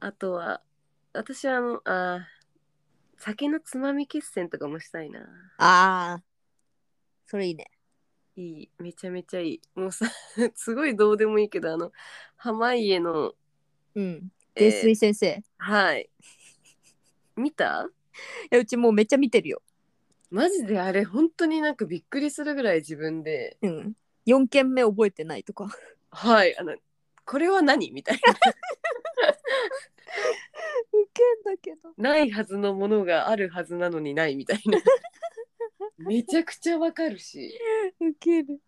あとは、私はあの、あー酒のつまみ決戦とかもしたいな。ああ。それいいね。いい、めちゃめちゃいい。もうさ、 すごいどうでもいいけど、あの、濱家の、うん。えー泥水先生。はい。見たいや、うちもうめっちゃ見てるよ。マジであれ、本当になんかびっくりするぐらい自分で、うん。4件目覚えてないとか。はい、あの、これは何みたいな。受けんだけど。ないはずのものがあるはずなのにないみたいなめちゃくちゃわかるし受ける。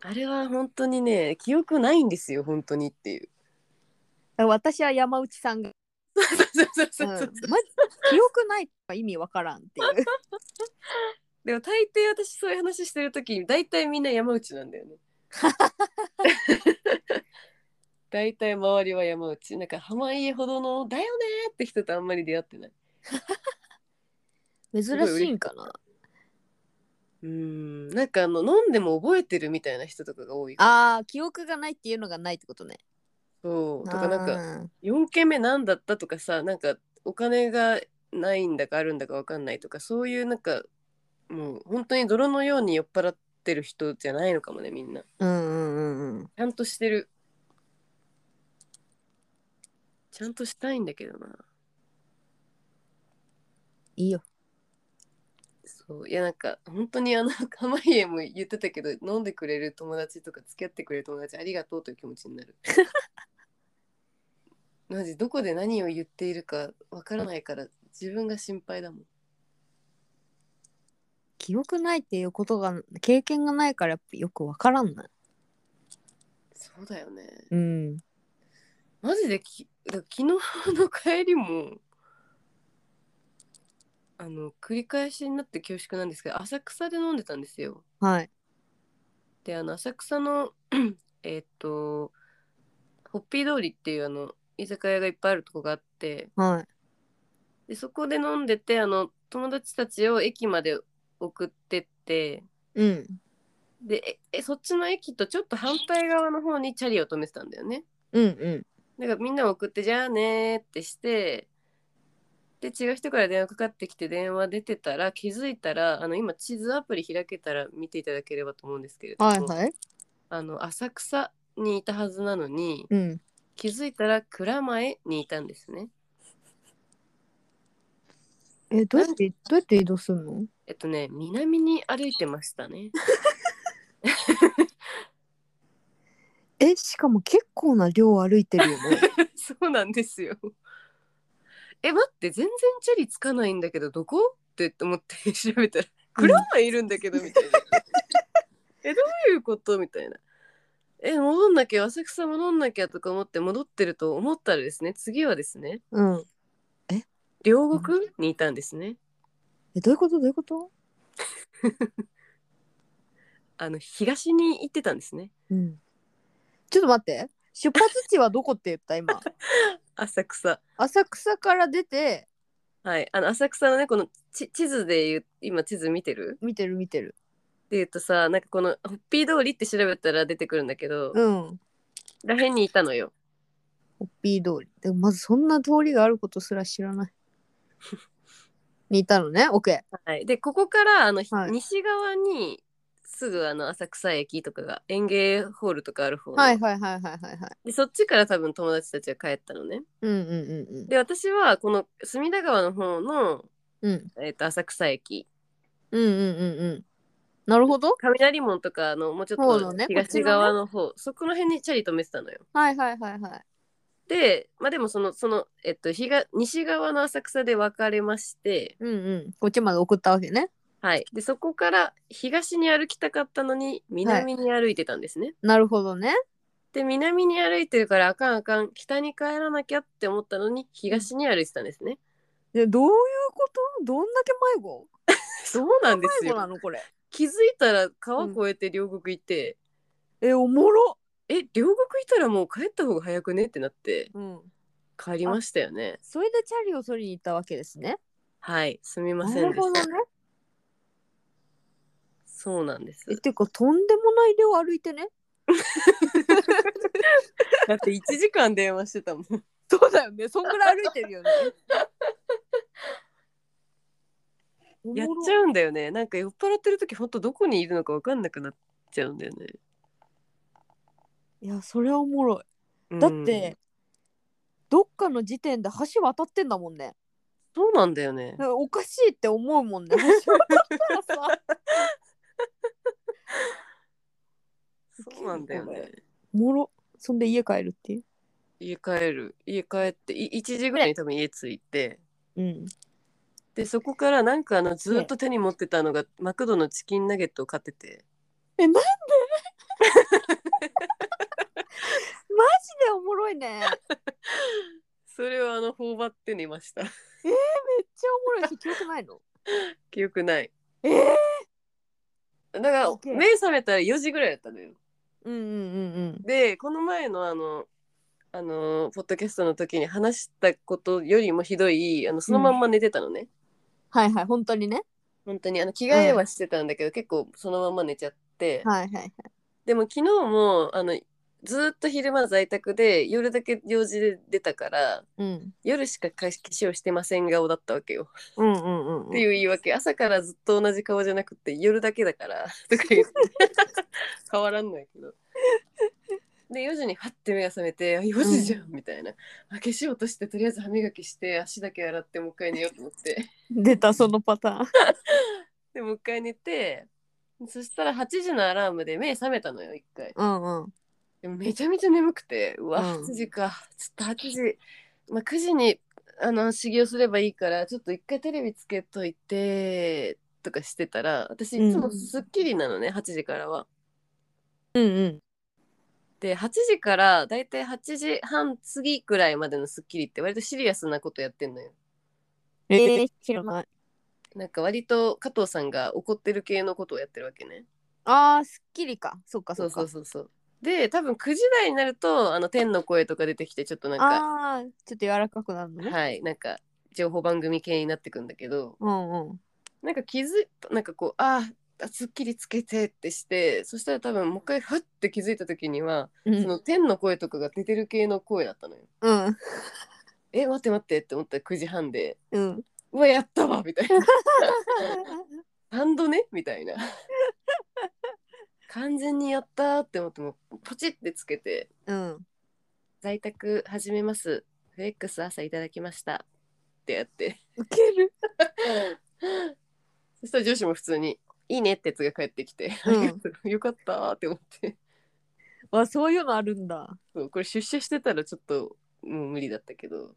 あれは本当にね記憶ないんですよ本当にっていう私は山内さんが、 そうそううそん、うまそう、記憶ないとか意味わからんっていう。でも大抵私そういう話してる時に大体みんな山内なんだ よね大体周りは山内なんか濱家ほどの「だよね」って人とあんまり出会ってないごい嬉 珍しいしいんかな。うーんなんかあの飲んでも覚えてるみたいな人とかが多いからああ、記憶がないっていうのがないってことね。そうとかなんかか。 4件目何だったとかさなんかお金がないんだかあるんだか分かんないとかそういうなんかもう本当に泥のように酔っ払ってる人じゃないのかもねみんなちうんうんうんうん。ゃんとしてるちゃんとしたいんだけどないいよ。そういやなんか本当にあの 濱家も言ってたけど飲んでくれる友達とか付き合ってくれる友達ありがとうという気持ちになる マジどこで何を言っているか分からないから自分が心配だもん記憶ないっていうことが、経験がないからやっぱよくわからんない。そうだよねうん。マジできだ昨日の帰りもあの繰り返しになって恐縮なんですけど浅草で飲んでたんですよ。はい。であの浅草の えっとホッピー通りっていうあの居酒屋がいっぱいあるとこがあってはい。でそこで飲んでてあの友達たちを駅まで送ってってうん。でええそっちの駅とちょっと反対側の方にチャリを止めてたんだよね。うんうなんかみんな送って「じゃあね」ってしてで違う人から電話かかってきて電話出てたら気づいたらあの今地図アプリ開けたら見ていただければと思うんですけれどん。も、はいはい。あの浅草にいたはずなのにうん。気づいたら蔵前にいたんですね。え、どうやって、どうやって移動すんのえっとね南に歩いてましたね。え、しかも結構な量歩いてるよね。 そうなんですよ。え待って全然チャリつかないんだけどどこって思って 調べたら蔵前いるんだけどみたいな。 えどういうことみたいな。え戻んなきゃ浅草戻んなきゃとか思って戻ってると思ったらですね次はですねうん。両国にいたんですね。え、どういうことどういうことあの東に行ってたんですね。うん。ちょっと待って。出発地はどこって言った 今。浅草。浅草から出て、はい。あの浅草のねこのち地図で言う今地図見てる見てる見てる。って言うとさなんかこのホッピー通りって調べたら出てくるんだけど、うん。らへんにいたのよ。ホッピー通り。でもまずそんな通りがあることすら知らない。 にいたのね。オッケー。はい、でここからあの、ひはい西側にすぐあの浅草駅とかが園芸ホールとかある方の、はいはいはいはいはいはい。でそっちから多分友達たちが帰ったのねうんうんうんうん。で私はこの隅田川の方の、うんえー、と浅草駅うんうんうんうん。なるほど。雷門とかあのもうちょそっうだとね東側の方そこの辺にチャリ止めてたのよはいはいはいはい。でまあでもそのその、えっと東西側の浅草で別れましてうんうん。こっちまで送ったわけね。はいでそこから東に歩きたかったのに南に歩いてたんですね、なるほどね。で南に歩いてるからあかんあかん北に帰らなきゃって思ったのに東に歩いてたんですね。でどういうことどんだけ迷子そうなんです迷子なよ。のこれ。気づいたら川越えて両国行って、え、おもろ。え両国いたらもう帰った方が早くねってなってうん。帰りましたよね。それでチャリを取りに行ったわけですね。はいすみまなせんるでしほどた。ね。そうなんですえ、。ていうか、とんでもない量歩いてね。だって1時間電話してたもん。そうだよね。そんぐらい歩いてる よね。やっちうゃうんだよね。なんか酔っ払ってる時ほんとどこにいるのか分かんなくなっちゃうんだよね。いや、それはおもろい。うんだって、どっかの時点で橋渡ってんだもんね。そうなんだよねだ。からおかしいって思うもんね。橋渡った らさ。そうなんだよね。おもろ。そんで家帰るっていう。家帰る。家帰ってい1時ぐらいに多分家着いて。うん。でそこからなんかあのずっと手に持ってたのがマクドのチキンナゲットを買っててえ、なんでマジでおもろいね。めっそれをあの頬張って寝ました ちゃおもろいし、記憶ないの記憶ないえー、だからすげえ目覚めたら4時ぐらいだったのようんうんうんでこの前のあのあのポッドキャストの時に話したことよりもひどいあのそのまんま寝てたのね、はいはい、本当にね。本当にあの着替えはしてたんだけど、結構そのまんま寝ちゃって、はいはいはい。でも昨日もあのずーっと昼間在宅で夜だけ用事で出たからうん。夜しか化粧してません顔だったわけようんうんうん、っていう言い訳朝からずっと同じ顔じゃなくて夜だけだからとか言 って変わらんないけどで4時にハッて目が覚めて「あ4時じゃん」みたいな、あ化粧落としてとりあえず歯磨きして足だけ洗ってもう一回寝ようと思って出たそのパターン。でもう一回寝てそしたら8時のアラームで目覚めたのよ一回うんうん。でもめちゃめちゃ眠くてうわうん8時かちょっと8時、まあ、9時にあの修行すればいいからちょっと一回テレビつけといてとかしてたら私いつもうんスッキリなのね、8時からは。うんうん。で8時からだいたい8時半過ぎくらいまでの『スッキリ』って割とシリアスなことやってんのよ。えー、知らない。なんか割と加藤さんが怒ってる系のことをやってるわけね。あー、すっきりか。そっかそそうっか。そうそうそう。で多分9時台になるとあの天の声とか出てきてちょっとなんかあー、ちょっと柔らかくなるのね。はいなんか情報番組系になってくんだけどうんうん。なんか気づいなんかこうああすっきりつけてってしてそしたら多分もう一回ふって気づいた時には、うんその天の声とかが出てる系の声だったのよ。うん。え待って待ってって思ったら9時半でうん。 うわやったわみたいな三度ねみたいな完全にやったって思ってもうポチってつけてうん。在宅始めますフレックス朝いただきましたってやってウケる。そしたら上司も普通に「いいね」ってやつが返ってきて「 よかった」って思ってわ、そういうのあるんだ。そうこれ出社してたらちょっともう無理だったけど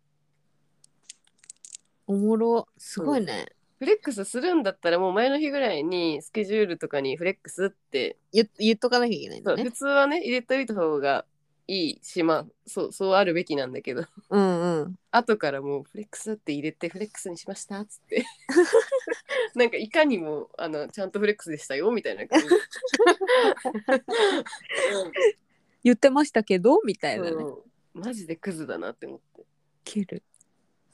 おもろ。すごいね。フレックスするんだったらもう前の日ぐらいにスケジュールとかに「フレックス」って言言っとかなきゃいけないんそだう普ね。通はね入れておいた方がいいしまあそうそうあるべきなんだけどうんうん。後からもうフレックスって入れてフレックスにしましたっつって なんかいかにもあのちゃんとフレックスでしたよみたいな感じ言ってましたけどみたいなね。ウそうマジでクズだなって思ってケる。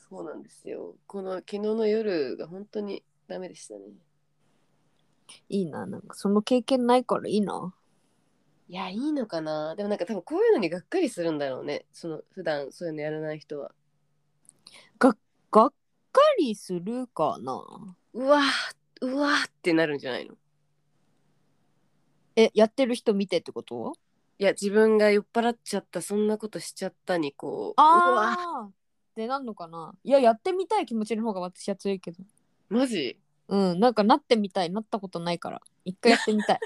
そうなんですよこの昨日の夜が本当にダメでしたねいいな。なんかその経験ないからいいな。いやいいのかなでもなんか多分こういうのにがっかりするんだろうねその普段そういうのやらない人はがっかりするかな。うわうわってなるんじゃないのえ、やってる人見てってこといや自分が酔っ払っちゃったそんなことしちゃったにこううわああでなんのかないややってみたい気持ちの方が私は強いけどマジうんなんかなってみたいなったことないから一回やってみたい